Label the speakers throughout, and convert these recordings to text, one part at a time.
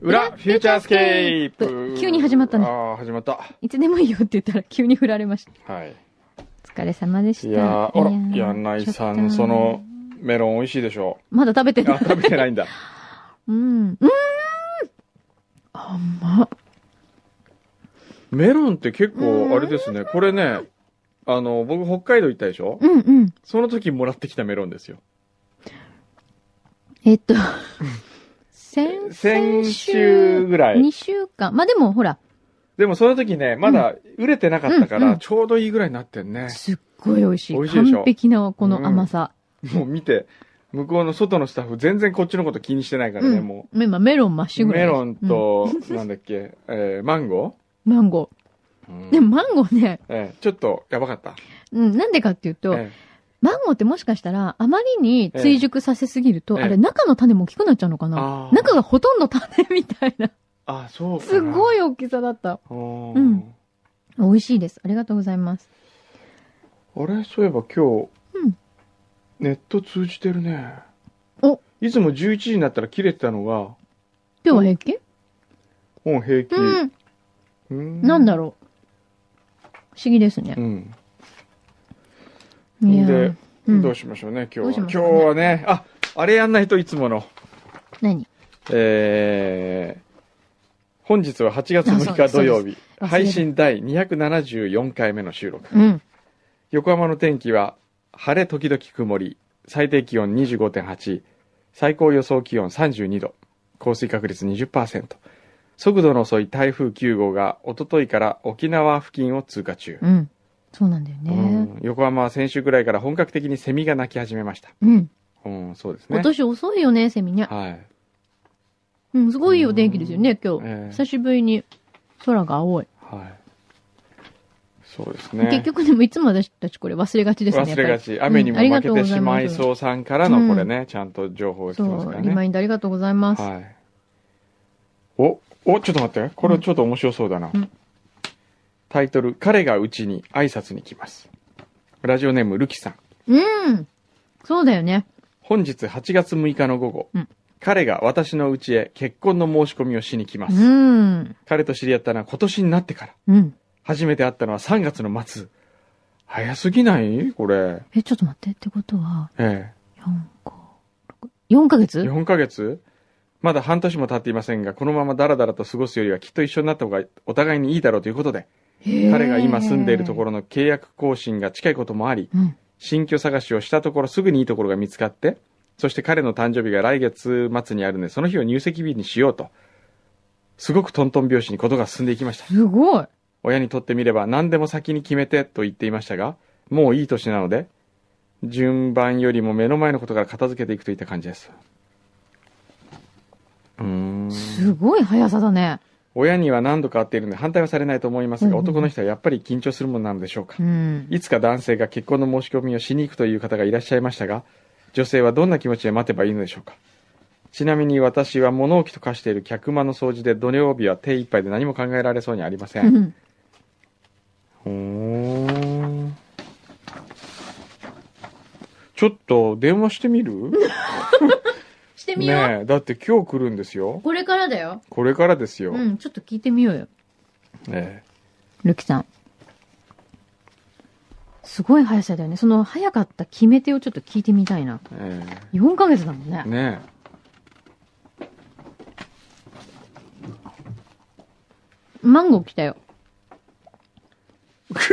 Speaker 1: 裏、フューチャースケー
Speaker 2: う
Speaker 1: プ
Speaker 2: ん急に始まったね
Speaker 1: ああ、始まった。
Speaker 2: いつでもいいよって言ったら急に振られました。
Speaker 1: はい。
Speaker 2: お疲れ様でした。
Speaker 1: いやー、あら、
Speaker 2: な
Speaker 1: 柳井
Speaker 2: い
Speaker 1: さん、その、、メロン美味しいでしょ
Speaker 2: まだ食べて
Speaker 1: う。
Speaker 2: な
Speaker 1: あ、
Speaker 2: い。
Speaker 1: 食べてないんだ。
Speaker 2: うん。うーん甘っ。
Speaker 1: メロンって結構、あれですね、これね、あの、僕、北海道行ったでしょ
Speaker 2: うんうん。
Speaker 1: その時もらってきたメロンですよ。
Speaker 2: えっと、先、
Speaker 1: 先週ぐらい
Speaker 2: 2週間。まあでもほら、
Speaker 1: でもその時ね、まだ売れてなかったか
Speaker 2: うんう
Speaker 1: ら、
Speaker 2: ん
Speaker 1: ちょうどいいぐらいになってんね。
Speaker 2: すっごい美味しい。
Speaker 1: 美味しいでしょ
Speaker 2: 完璧なこの甘さ。
Speaker 1: もう見て、向こうの外のスタッフ、全然こっちのこと気にしてないからね、
Speaker 2: うん
Speaker 1: も
Speaker 2: 今メロンマッシ
Speaker 1: う。
Speaker 2: ュぐら
Speaker 1: メ
Speaker 2: い。
Speaker 1: ロンと、なんだっけ、えーマンゴ
Speaker 2: うん、マンゴ
Speaker 1: ー、うん
Speaker 2: ー。でもマンゴーね、
Speaker 1: えーちょっと、やばかった。
Speaker 2: うん、なんでかっていうと、
Speaker 1: え
Speaker 2: マンゴーってもしかしたら、あまりに追熟させすぎると、
Speaker 1: ええ
Speaker 2: あれ中の種も大きくなっちゃうのかな
Speaker 1: あー
Speaker 2: 中がほとんど種みたいな。
Speaker 1: あ、そうかな。
Speaker 2: すご
Speaker 1: い。
Speaker 2: い大きさだった。
Speaker 1: う
Speaker 2: うん。美味しいです。ありがとうございます。
Speaker 1: あれそういえば今日、
Speaker 2: うん
Speaker 1: ネット通じてるね。
Speaker 2: お
Speaker 1: いつも11時になったら切れてたのが、
Speaker 2: 今日は平気
Speaker 1: もう平気。
Speaker 2: うん。
Speaker 1: うーん
Speaker 2: なんだろう。不思議ですね
Speaker 1: う。ん。
Speaker 2: いや
Speaker 1: で
Speaker 2: ー、うん
Speaker 1: どうしましょうね、今
Speaker 2: どう
Speaker 1: 日
Speaker 2: し
Speaker 1: は。今
Speaker 2: まし
Speaker 1: 日
Speaker 2: ょ
Speaker 1: は
Speaker 2: うね
Speaker 1: ね、あ、あれやんないといつもの。
Speaker 2: 何
Speaker 1: えー、本日は8月6日
Speaker 2: あそうです
Speaker 1: 土曜日、
Speaker 2: た
Speaker 1: 配信第274回目の収録。
Speaker 2: うん。
Speaker 1: 横浜の天気は晴れ時々曇り最低気温25.8最高予想気温32度降水確率20%速度の遅い台風9号がおとといから沖縄付近を通過中、
Speaker 2: うん。そうなんだよ
Speaker 1: う
Speaker 2: ね。
Speaker 1: ん横浜は先週ぐらいから本格的にセミが鳴き始めました
Speaker 2: うん。
Speaker 1: うんそうですね
Speaker 2: 今年遅いよね、セミね。
Speaker 1: はい
Speaker 2: うん、すごいお天気ですよね、今
Speaker 1: ええ
Speaker 2: 日。久しぶりに空が青い。
Speaker 1: はいそうですね
Speaker 2: 結局でもいつも私たちこれ忘れがちですね。
Speaker 1: 忘れが
Speaker 2: やっ
Speaker 1: ち
Speaker 2: ぱり
Speaker 1: 雨にも
Speaker 2: うんあり
Speaker 1: 負
Speaker 2: が
Speaker 1: け
Speaker 2: とうご
Speaker 1: て
Speaker 2: ざ
Speaker 1: しまい
Speaker 2: す
Speaker 1: そうさんからのこれね、ちゃんと情報が来てますか
Speaker 2: そう、
Speaker 1: ら
Speaker 2: リ
Speaker 1: ね
Speaker 2: マインドありがとうございます。
Speaker 1: はい。お、お、ちょっと待って。これちょっと面白そうだな。
Speaker 2: うん
Speaker 1: タイトル、彼がうちに挨拶に来ます。ラジオネーム、ルキさん。
Speaker 2: うん。そうだよね。
Speaker 1: 本日8月6日の午後、
Speaker 2: うん
Speaker 1: 彼が私のうちへ結婚の申し込みをしに来ま
Speaker 2: う
Speaker 1: す。
Speaker 2: ん。
Speaker 1: 彼と知り合ったのは今年になってから。
Speaker 2: うん。
Speaker 1: 初めて会ったのは3月の末。早すぎないこれ。
Speaker 2: え、ちょっと待って。ってことは、
Speaker 1: え
Speaker 2: 4か、6、4ヶ
Speaker 1: え。
Speaker 2: 月
Speaker 1: 4ヶ月まだ半年も経っていませんが、このままダラダラと過ごすよりはきっと一緒になった方がお互いにいいだろうということで、彼が今住んでいるとこ
Speaker 2: ろ。
Speaker 1: ろの契約更新が近いこともあり
Speaker 2: うん。
Speaker 1: 新居探しをしたところすぐにいいところが見つかってそして彼の誕生日が来月末にあるのでその日を入籍日にしようとすごくトントン拍子にことが進んでいきました
Speaker 2: すごい。
Speaker 1: 親にとってみれば何でも先に決めてと言っていましたがもういい年なので順番よりも目の前のことから片付けていくといった感じですうーん
Speaker 2: すごい速さだね。
Speaker 1: 親には何度か会っているので反対はされないと思いますが、
Speaker 2: うんうん
Speaker 1: 男の人はやっぱり緊張するものなのでしょうか
Speaker 2: うん。
Speaker 1: いつか男性が結婚の申し込みをしに行くという方がいらっしゃいましたが、女性はどんな気持ちで待てばいいのでしょうか。ちなみに私は物置と化している客間の掃除で土曜日は手一杯で何も考えられそうにありませ。
Speaker 2: うんん
Speaker 1: ほーんちょっと電話してみる
Speaker 2: してみよう。
Speaker 1: ねえ、だって今日来るんですよ。
Speaker 2: これからだよ。
Speaker 1: これからですよ。
Speaker 2: うん、ちょっと聞いてみようよ。
Speaker 1: ええ
Speaker 2: ルキさん。すごい速さだよね。その速かった決め手をちょっと聞いてみたいな。
Speaker 1: え
Speaker 2: 4ヶ月だもんね
Speaker 1: え。ねえ。
Speaker 2: マンゴー来 たよ。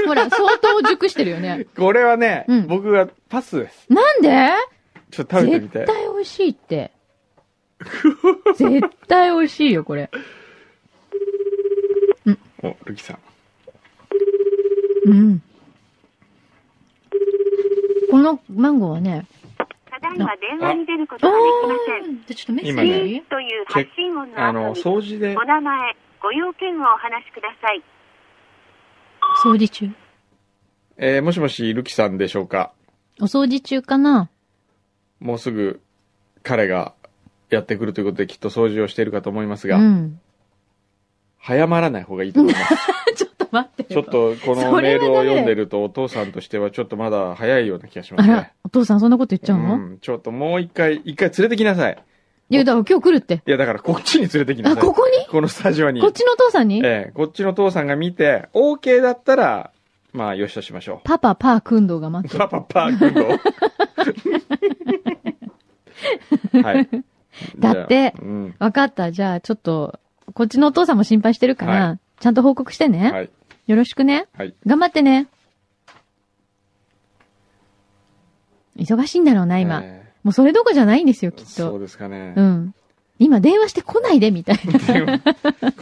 Speaker 2: ほら、相当熟してるよ ね。
Speaker 1: これはね、
Speaker 2: うん
Speaker 1: 僕はパスです。
Speaker 2: なんで
Speaker 1: ちょっと食べてみて
Speaker 2: 絶。対美味しいって。絶対美味しいよ、これ。
Speaker 1: お、ルキさん。
Speaker 2: うん。このマンゴーはね、
Speaker 3: ただいま電話に出ることができません。
Speaker 2: でちょっとメッセ
Speaker 1: 今
Speaker 2: ージ、
Speaker 1: ね
Speaker 3: ピーという発信音
Speaker 1: あ
Speaker 3: の
Speaker 1: の、
Speaker 3: 後に、
Speaker 1: 掃除で
Speaker 3: お。名前、ご用件をお話しください。
Speaker 2: 掃除中。
Speaker 1: えーもしもし、ルキさんでしょうか。
Speaker 2: お掃除中かな
Speaker 1: もうすぐ彼がやってくるということできっと掃除をしているかと思います
Speaker 2: う
Speaker 1: が、
Speaker 2: ん。
Speaker 1: 早まらない方がいいと思います。
Speaker 2: ちょっと待って
Speaker 1: ちょ
Speaker 2: よ
Speaker 1: っ。とこのメールを読んでるとお父さんとしてはちょっとまだ早いような気がしま
Speaker 2: あ
Speaker 1: す
Speaker 2: ら
Speaker 1: ね。、
Speaker 2: お父さんそんなこと言っちゃうの、
Speaker 1: うん、ちょっともう一回、一回連れてきなさい。
Speaker 2: いや、だから今日来るって。
Speaker 1: いや、だからこっちに連れてきな
Speaker 2: あ、
Speaker 1: さい。
Speaker 2: ここに
Speaker 1: このスタジオに。
Speaker 2: こっちのお父さんに
Speaker 1: ええこっちの父さんが見て、OK だったら、まあ、よしとしましょ
Speaker 2: パパ、パー、くんどうが待っ
Speaker 1: う。
Speaker 2: て
Speaker 1: パ
Speaker 2: る。
Speaker 1: パパー君 の。はい。
Speaker 2: だって
Speaker 1: じゃあうん。
Speaker 2: わかった。じゃあ、ちょっと、こっちのお父さんも心配してるから、
Speaker 1: は
Speaker 2: ちゃんと報告してね。
Speaker 1: はい。
Speaker 2: よろしくね。
Speaker 1: はい。
Speaker 2: 頑張ってね。忙しいんだろうな、今。
Speaker 1: え
Speaker 2: もうそれどこじゃないんですよ、
Speaker 1: え
Speaker 2: きっ
Speaker 1: そ
Speaker 2: と。
Speaker 1: うですかね
Speaker 2: う。ん。今電話してこないで、みたいな。
Speaker 1: でも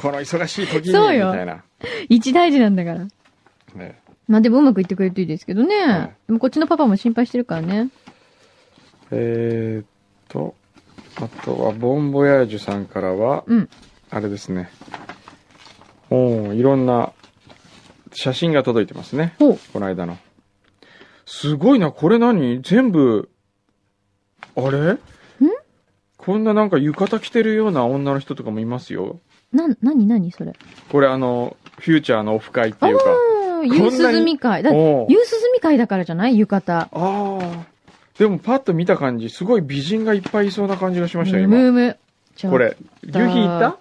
Speaker 1: この忙しい時に、み
Speaker 2: そ
Speaker 1: た
Speaker 2: うよ
Speaker 1: いな。
Speaker 2: 一大事なんだから。
Speaker 1: ね
Speaker 2: まあでもうまくいってくれるといいですけどね。
Speaker 1: はい
Speaker 2: でもこっちのパパも心配してるからね。
Speaker 1: えーっと、あとは、ボンボヤージュさんからは、
Speaker 2: うん。
Speaker 1: あれですね。おーいろんな写真が届いてますね。
Speaker 2: ほう。
Speaker 1: この間の。すごいな、これ何全部、あれこんななんか浴衣着てるような女の人とかもいますよ。
Speaker 2: な、なになにそれ。
Speaker 1: これあの、フューチャーのオフ会っていうか。
Speaker 2: ああ、夕涼み会。だ夕
Speaker 1: おう
Speaker 2: 涼み会だからじゃない浴衣。
Speaker 1: ああ。でもパッと見た感じ、すごい美人がいっぱいいそうな感じがしましたよ、
Speaker 2: ム
Speaker 1: 今。
Speaker 2: ーム。ちょ
Speaker 1: これ。牛皮行った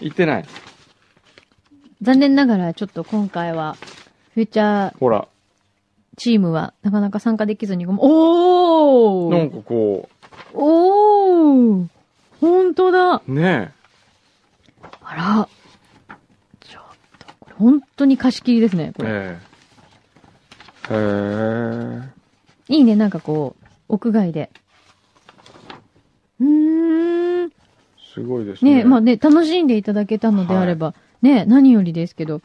Speaker 1: 行ってない。
Speaker 2: 残念ながら、ちょっと今回は、フューチャー
Speaker 1: ほら、
Speaker 2: チームは、なかなか参加できずにごめん。お
Speaker 1: な
Speaker 2: ー
Speaker 1: んかこ
Speaker 2: おーほんとだ
Speaker 1: う、ね
Speaker 2: あら。ちょっと、これ本当に貸し切りですね、こ
Speaker 1: え。
Speaker 2: れ。
Speaker 1: ええ。へえ。
Speaker 2: いいね、なんかこう、屋外で。うーん。
Speaker 1: すごいですね。
Speaker 2: ねまあね、楽しんでいただけたのであれば、ね何よりですけど。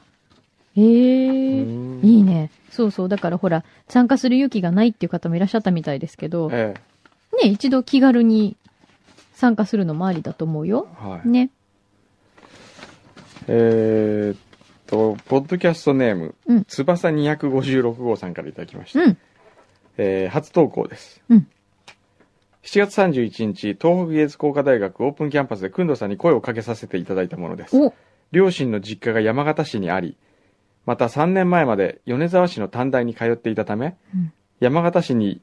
Speaker 2: ええ
Speaker 1: う
Speaker 2: ー、
Speaker 1: ん
Speaker 2: いいね。そうそう。だからほら、参加する勇気がないっていう方もいらっしゃったみたいですけど、
Speaker 1: え
Speaker 2: ね
Speaker 1: え。
Speaker 2: 一度気軽に参加するのもありだと思うよ。
Speaker 1: はい。
Speaker 2: ね。
Speaker 1: えーっと、ポッドキャストネーム、
Speaker 2: うん
Speaker 1: 翼256号さんからいただきました。
Speaker 2: うん。
Speaker 1: えー初投稿です。
Speaker 2: うん
Speaker 1: 7月31日、東北芸術工科大学オープンキャンパスで、くんどさんに声をかけさせていただいたものです。
Speaker 2: お、
Speaker 1: 両親の実家が山形市にあり、また3年前まで米沢市の短大に通っていたため、
Speaker 2: うん
Speaker 1: 山形市に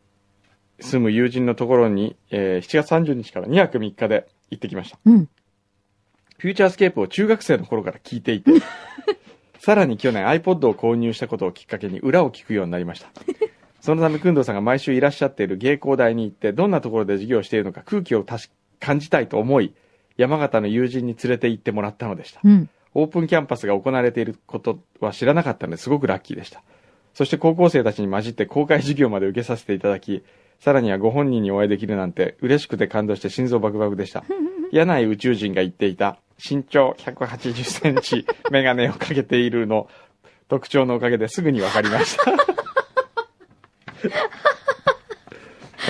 Speaker 1: 住む友人のところに、えー7月30日から2泊3日で行ってきました。
Speaker 2: うん。
Speaker 1: フューチャースケープを中学生の頃から聞いていて、さらに去年 iPod を購入したことをきっかけに裏を聞くようになりました。そのため、くんどうさんが毎週いらっしゃっている芸工大に行って、どんなところで授業をしているのか空気を確か感じたいと思い、山形の友人に連れて行ってもらったのでした。
Speaker 2: うん。
Speaker 1: オープンキャンパスが行われていることは知らなかったのですごくラッキーでした。そして高校生たちに混じって公開授業まで受けさせていただき、さらにはご本人にお会いできるなんて嬉しくて感動して心臓バクバク でした。柳井宇宙人が言っていた身長180センチ、メガネをかけているの特徴のおかげですぐにわかりま した。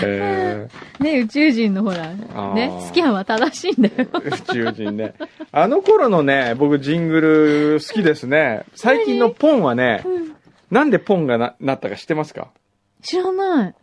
Speaker 1: え
Speaker 2: ね、宇宙人のほら、ね、
Speaker 1: ー
Speaker 2: 好きは正しいんだよ。
Speaker 1: ー、宇宙人ね。あの頃のね、僕ジングル好きですね。最近のポンはね、
Speaker 2: うん
Speaker 1: なんでポンがななったか知ってますか
Speaker 2: 知らない。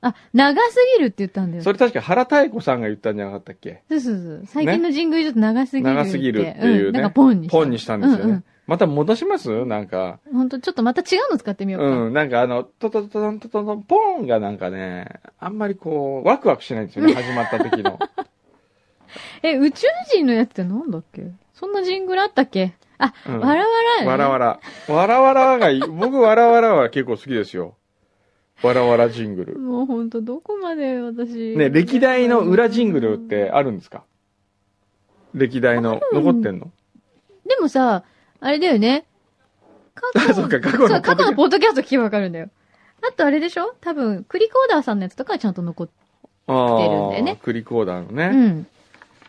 Speaker 2: あ、長すぎるって言ったんだよ。
Speaker 1: それ確か原妙子さんが言ったんじゃなかったっけ
Speaker 2: そうそうそう。最近の神宮ちょっと長すぎるって。
Speaker 1: 長すぎるっていうね
Speaker 2: んなんかポンにした。
Speaker 1: ポンにしたんですよね。
Speaker 2: うん
Speaker 1: また戻しますなんか。
Speaker 2: うん。ほんと、ちょっとまた違うの使ってみようか。
Speaker 1: うん、なんかあの、トトトトントトトン、ポーンがなんかね、あんまりこう、ワクワクしないんですよね、始まった時 の。
Speaker 2: え、宇宙人のやつってなんだっけそんなジングルあったっけあ、
Speaker 1: うん
Speaker 2: わらわら、ね。
Speaker 1: わらわら。わらわらがいい、僕わらわらは結構好きですよ。わらわらジングル。
Speaker 2: もうほんと、どこまで私。
Speaker 1: ね、歴代の裏ジングルってあるんですか歴代の、
Speaker 2: うん
Speaker 1: 残ってんの
Speaker 2: でもさ、あれだよね。過
Speaker 1: そっか過去の
Speaker 2: そう過去の
Speaker 1: ポ
Speaker 2: ポッドキャスト聞けばわかるんだよ。あとあれでしょ多分、クリコーダーさんのやつとかはちゃんと残って、
Speaker 1: あ
Speaker 2: てるんだよね
Speaker 1: ークリコーダーの
Speaker 2: う
Speaker 1: ね。
Speaker 2: ん。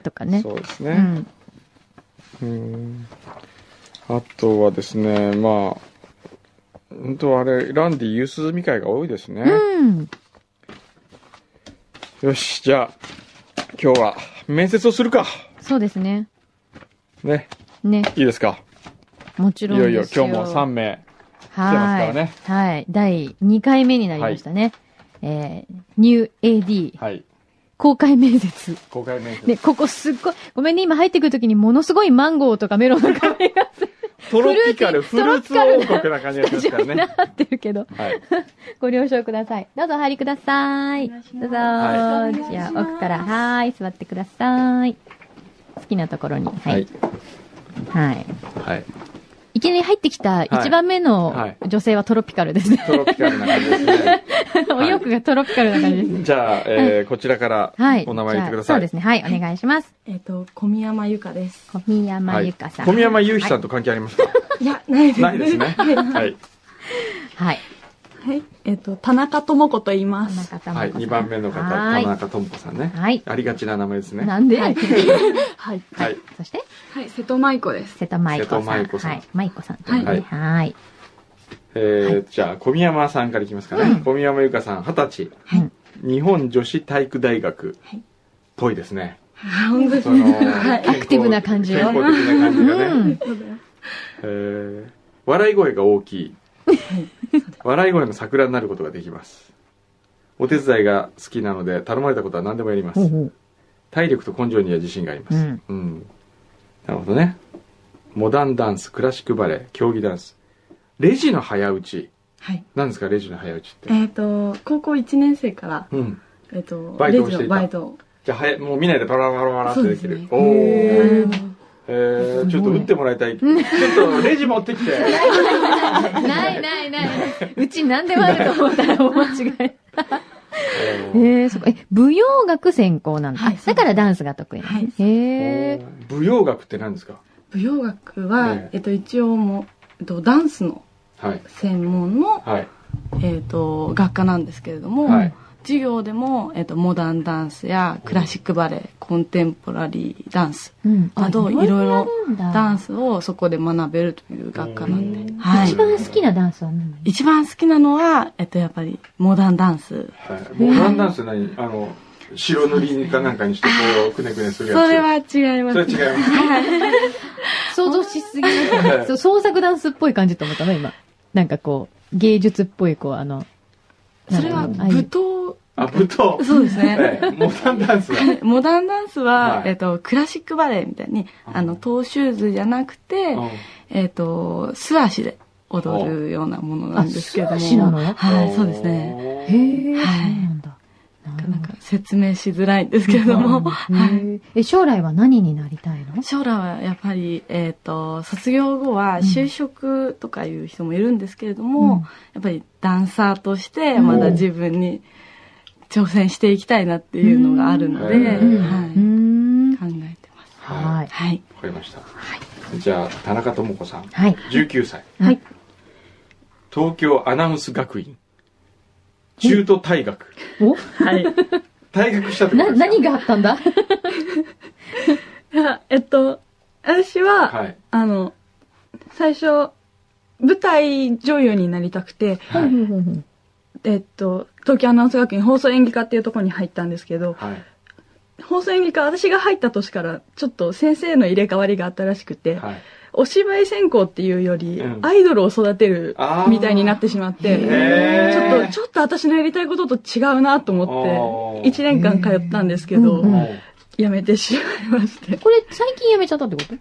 Speaker 2: とかね。
Speaker 1: そうです
Speaker 2: う
Speaker 1: ね。
Speaker 2: ん。
Speaker 1: うんあとはですね、まあ、本当あれ、ランディ夕涼み会が多いですね。
Speaker 2: うん。
Speaker 1: よし、じゃあ、今日は面接をするか。
Speaker 2: そうですね。
Speaker 1: ね、
Speaker 2: ね。
Speaker 1: いいですか。
Speaker 2: もち
Speaker 1: い
Speaker 2: ろんで
Speaker 1: よ
Speaker 2: すよ。
Speaker 1: いよ今日も3名。
Speaker 2: は
Speaker 1: ま
Speaker 2: い。
Speaker 1: すからね
Speaker 2: はい。第2回目になりましたね。えー、ニュー AD
Speaker 1: はい。
Speaker 2: 公開面接。
Speaker 1: 公開面接。
Speaker 2: ね、ここすっごい、ごめんね、今入ってくるときにものすごいマンゴーとかメロンの香りがする。
Speaker 1: トロピカル、フ
Speaker 2: フ
Speaker 1: ル
Speaker 2: ル
Speaker 1: ー
Speaker 2: ー
Speaker 1: ツ
Speaker 2: ティー
Speaker 1: 王国な感じがします
Speaker 2: じ
Speaker 1: か
Speaker 2: ゃ
Speaker 1: ら
Speaker 2: にな
Speaker 1: ね。
Speaker 2: ってる けど、
Speaker 1: はい。
Speaker 2: ご了承ください。どうぞお入りください。
Speaker 4: お願いします
Speaker 2: どうぞ、
Speaker 1: はい
Speaker 2: じゃあ奥から、はーい、座ってください。好きなところに。は
Speaker 1: はいい。。
Speaker 2: はい。
Speaker 1: はい。
Speaker 2: いきなり入ってきた
Speaker 1: はい
Speaker 2: 1番目
Speaker 1: はい
Speaker 2: の女性はトロピカルですね。
Speaker 1: トロピカルな感じですね。
Speaker 2: お洋服がトロピカルな感じですね。
Speaker 1: じゃあ、えー、こちらから
Speaker 2: はい。
Speaker 1: お名前言ってくだ
Speaker 2: じゃ
Speaker 1: さ
Speaker 2: あそう
Speaker 1: い。
Speaker 2: ですね。はい、お願いします。
Speaker 4: えっと、小宮山由香です。
Speaker 2: 小宮山
Speaker 1: はい
Speaker 2: 由香さん。
Speaker 1: 小宮山雄飛さんと関係ありますか
Speaker 4: いや、ないです。
Speaker 1: ないですね。 はい。
Speaker 2: はい。
Speaker 4: はい。えっと、田中智子と言い
Speaker 2: 田
Speaker 4: ます。
Speaker 2: 中さん。
Speaker 1: はい。2番目の方、
Speaker 2: は
Speaker 1: 田
Speaker 2: い。
Speaker 1: 中智子さんね。
Speaker 2: はい。
Speaker 1: ありがちな名前ですね。
Speaker 2: なんで、
Speaker 4: はいはい。
Speaker 1: はい。
Speaker 2: そして、
Speaker 4: はい、瀬戸舞子です。
Speaker 2: 瀬戸舞子さん。
Speaker 1: 瀬戸舞子さん
Speaker 2: はい。舞子さんというね。
Speaker 1: はい
Speaker 2: はい。
Speaker 1: えー、じゃあ、小宮山さんからいきますか
Speaker 2: うん
Speaker 1: ね。小宮山由香さん、二十
Speaker 2: は
Speaker 4: はい
Speaker 2: い。
Speaker 1: 歳。日本女子体育大学
Speaker 4: はい。
Speaker 1: ぽいです ね。
Speaker 4: あ、本当です
Speaker 1: その
Speaker 4: ね。
Speaker 1: 健康
Speaker 2: アクティブな感じよ
Speaker 1: 健康的な感じがね。
Speaker 2: うん。
Speaker 1: えー笑い声が大きい笑い声の桜になることができますお手伝いが好きなので頼まれたことは何でもやります
Speaker 2: ほうほう
Speaker 1: 体力と根性には自信があります、
Speaker 2: うん
Speaker 1: なるほどねモダンダンスクラシックバレエ競技ダンスレジの早打ち
Speaker 4: はい。
Speaker 1: 何ですかレジの早打ちって
Speaker 4: えっと、高校1年生から、
Speaker 1: うん
Speaker 4: えっと、
Speaker 1: バイトをしていた
Speaker 4: レジのバイトを。
Speaker 1: じゃあ早いもう見ないでパラパラパラってできる
Speaker 4: そうですね
Speaker 1: おー
Speaker 2: へ
Speaker 1: えーちょっと打ってもらいたいちょっとレジ持って きて
Speaker 2: ないないない。うち何でもあると思ったらお間 違い。
Speaker 1: えー
Speaker 2: えー、そこ、え、舞踊学専攻なんだ。
Speaker 4: はい
Speaker 2: あだからダンスが得意なの
Speaker 4: はい
Speaker 2: へえ。
Speaker 1: 舞踊学って何ですか
Speaker 4: 舞踊学
Speaker 1: え
Speaker 4: は、
Speaker 1: え
Speaker 4: えっと、一応もう、えっと、ダンスの
Speaker 1: はい
Speaker 4: 専門の、
Speaker 1: はい
Speaker 4: えっと、学科なんですけれども、
Speaker 1: はい
Speaker 4: 授業でも、えっと、モダンダンスやクラシックバレエ、コンテンポラリーダンス、
Speaker 2: うん。
Speaker 4: あと
Speaker 2: やるんだ
Speaker 4: ダンスをそこで学べるという学科なんで。
Speaker 1: うん
Speaker 4: はい
Speaker 2: 一番好きなダンスは何
Speaker 4: 一番好きなのは、えっと、やっぱり、モダンダンス。
Speaker 1: はい、モダンダンスって何あの白塗りかなんかにしてこうくねくねするやつ
Speaker 4: それは違いま
Speaker 1: それ
Speaker 4: す、ね。
Speaker 1: 違います
Speaker 2: 想像しすぎますねそう創作ダンスっぽい感じと思ったの、今。なんかこう、芸術っぽい、こう、あの、
Speaker 4: それ
Speaker 2: な
Speaker 4: は、
Speaker 2: んだろうああい
Speaker 4: 舞
Speaker 2: う
Speaker 4: 踏。
Speaker 1: あぶと
Speaker 4: そうです
Speaker 1: え
Speaker 4: ね。
Speaker 1: えモダンダンスだ
Speaker 4: モダンダンスは、
Speaker 1: はい
Speaker 4: えっと、クラシックバレエみたいに、
Speaker 1: うん
Speaker 4: あの、トーシューズじゃなくて、えっと、素足で踊るようなものなんですけれども。
Speaker 2: あ素足なの
Speaker 4: はい、そうですね。
Speaker 2: へえ、そう
Speaker 4: はい
Speaker 2: なんだ。なる
Speaker 4: なか
Speaker 2: ほ
Speaker 4: なか説明しづらいんですけれど
Speaker 2: ど
Speaker 4: も。はい。
Speaker 2: へええ、将来は何になりたいの
Speaker 4: 将来はやっぱり、えっと卒業後は就職とかいう人もいるんですけれども、
Speaker 2: うん
Speaker 4: やっぱりダンサーとしてまだ自分に挑戦していきたいなっていうのがあるので、
Speaker 1: うんうん
Speaker 4: は
Speaker 2: うー
Speaker 4: い
Speaker 2: ん。
Speaker 4: 考えてます。
Speaker 2: はい。
Speaker 4: はい、
Speaker 1: わかりました、じゃあ田中智子さん
Speaker 2: はい。
Speaker 1: 19歳
Speaker 2: はい
Speaker 1: 東京アナウンス学院中途退学
Speaker 2: お
Speaker 4: はい、
Speaker 1: 退学したってこと
Speaker 2: な、
Speaker 1: ですか
Speaker 2: 何があったんだ
Speaker 4: えっと私は、
Speaker 1: はい
Speaker 4: あの最初舞台女優になりたくて、
Speaker 1: はい
Speaker 2: うんうんうん
Speaker 4: えっと、東京アナウンス学院放送演技科っていうところに入ったんですけど、
Speaker 1: はい
Speaker 4: 放送演技科私が入った年からちょっと先生の入れ替わりがあったらしくて、
Speaker 1: はい
Speaker 4: お芝居専攻っていうより、
Speaker 1: うん
Speaker 4: アイドルを育てる
Speaker 1: あー
Speaker 4: みたいになってしまって、ち
Speaker 1: へ
Speaker 4: ょっ
Speaker 1: ー
Speaker 4: と、ちょっと私のやりたいことと違うなと思って、
Speaker 1: あー
Speaker 4: 1年間通ったんですけ
Speaker 2: うん
Speaker 4: ど、
Speaker 2: うん
Speaker 1: はい
Speaker 4: やめてしまいまして。
Speaker 2: これ、最近辞めちゃったってこと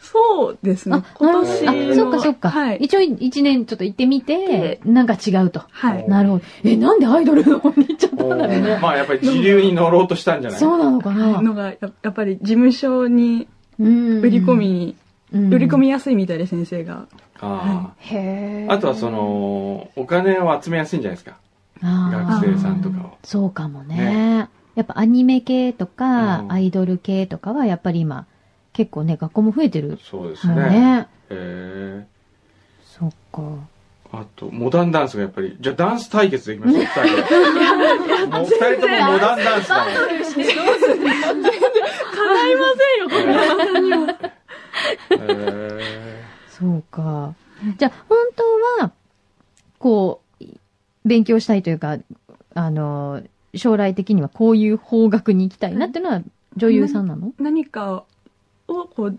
Speaker 4: そうですね。今
Speaker 1: ほ
Speaker 4: 年
Speaker 1: ど
Speaker 4: の。
Speaker 2: あ、そっかそっか。
Speaker 4: はい。
Speaker 2: 一応一年ちょっと行ってみて
Speaker 4: で、
Speaker 2: なんか違うと。
Speaker 4: はい。
Speaker 2: なるほど。え、なんでアイドルの方に行っちゃったんだろうね。
Speaker 1: まあやっぱり時流に乗ろうとしたんじゃない
Speaker 2: そうなのかな
Speaker 4: のが、ややっぱり事務所に
Speaker 2: 売
Speaker 4: 売り込、み、
Speaker 2: うん
Speaker 4: 売り込。みやすいみたいで先 生が。
Speaker 1: あ
Speaker 2: へ
Speaker 1: ー
Speaker 2: ー
Speaker 1: あとはそ、のお金を集めやすいんじゃないですか
Speaker 2: あー
Speaker 1: 学生さんとかを
Speaker 2: そうかもね
Speaker 1: ね。
Speaker 2: やっぱアニメ系とか
Speaker 1: う、ん
Speaker 2: アイドル系とかは、やっぱり今、結構ね、学校も増えてる
Speaker 1: そうです
Speaker 2: も
Speaker 1: ね
Speaker 2: んね。
Speaker 1: へえ
Speaker 2: そっか。
Speaker 1: あとモダンダンスがやっぱりじゃあダンス対決できましょう2人でもう2人ともモダンダンスだね
Speaker 4: 叶いません よ、これ。
Speaker 1: へ
Speaker 2: そうか。じゃあ、本当は、こう、い勉強したいというか、あの、将来的にはこういう方角に行きたいなっていうのは女優さんなの
Speaker 4: 何かをこう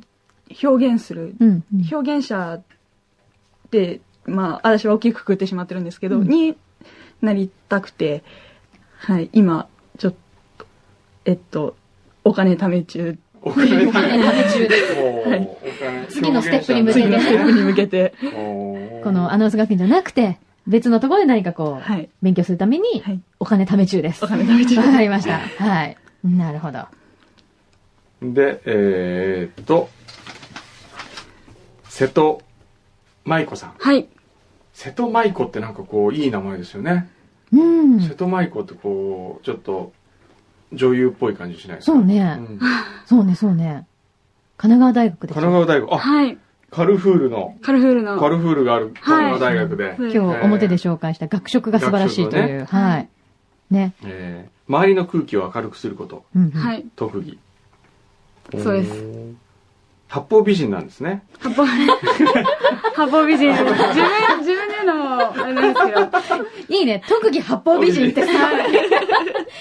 Speaker 4: 表現する
Speaker 2: うん。
Speaker 4: 表現者ってまあ私は大きくくくってしまってるんですけど、
Speaker 2: うん
Speaker 4: になりたくて、はい、今ちょっとえっとお金貯め中
Speaker 1: ーお金
Speaker 2: お金旅中で次のステップに向け
Speaker 4: 次
Speaker 2: て
Speaker 4: のステップに向け て。
Speaker 2: このアナウンス学院じゃなくて、別のところで何かこう、
Speaker 4: はい。
Speaker 2: 勉強するために
Speaker 4: はい、
Speaker 2: お金貯め中です。
Speaker 4: お
Speaker 2: わ
Speaker 4: 金食べちゃう。
Speaker 2: かりました。はい。なるほど。
Speaker 1: で、えーっと、瀬戸舞子さん。
Speaker 4: はい。
Speaker 1: 瀬戸舞子ってなんかこう、いい名前ですよね。
Speaker 2: うん。
Speaker 1: 瀬戸舞子ってこう、ちょっと、女優っぽい感じしないです
Speaker 2: そ
Speaker 1: か
Speaker 2: う
Speaker 1: う
Speaker 2: ね。
Speaker 1: ん
Speaker 2: そうね、そうね。神奈川大学で
Speaker 1: 神
Speaker 2: す
Speaker 1: 奈川大学、あ、
Speaker 4: はい。
Speaker 1: カルフールの、
Speaker 4: カルフールの。
Speaker 1: カルフールがある神奈川大学で、
Speaker 4: はい
Speaker 2: 今日表で紹介した学食が素晴らしいという。
Speaker 4: 食ね
Speaker 2: はい。ね。
Speaker 1: えー周りの空気を明るくすること、
Speaker 2: うんうん。
Speaker 4: はい。
Speaker 1: 特技。
Speaker 4: そうです
Speaker 1: す。八方美人なんですね。
Speaker 4: 八 方、八方美人。自分、自分で言うのも、あれなんですけど。
Speaker 2: いいね。特技八方美人ってさ、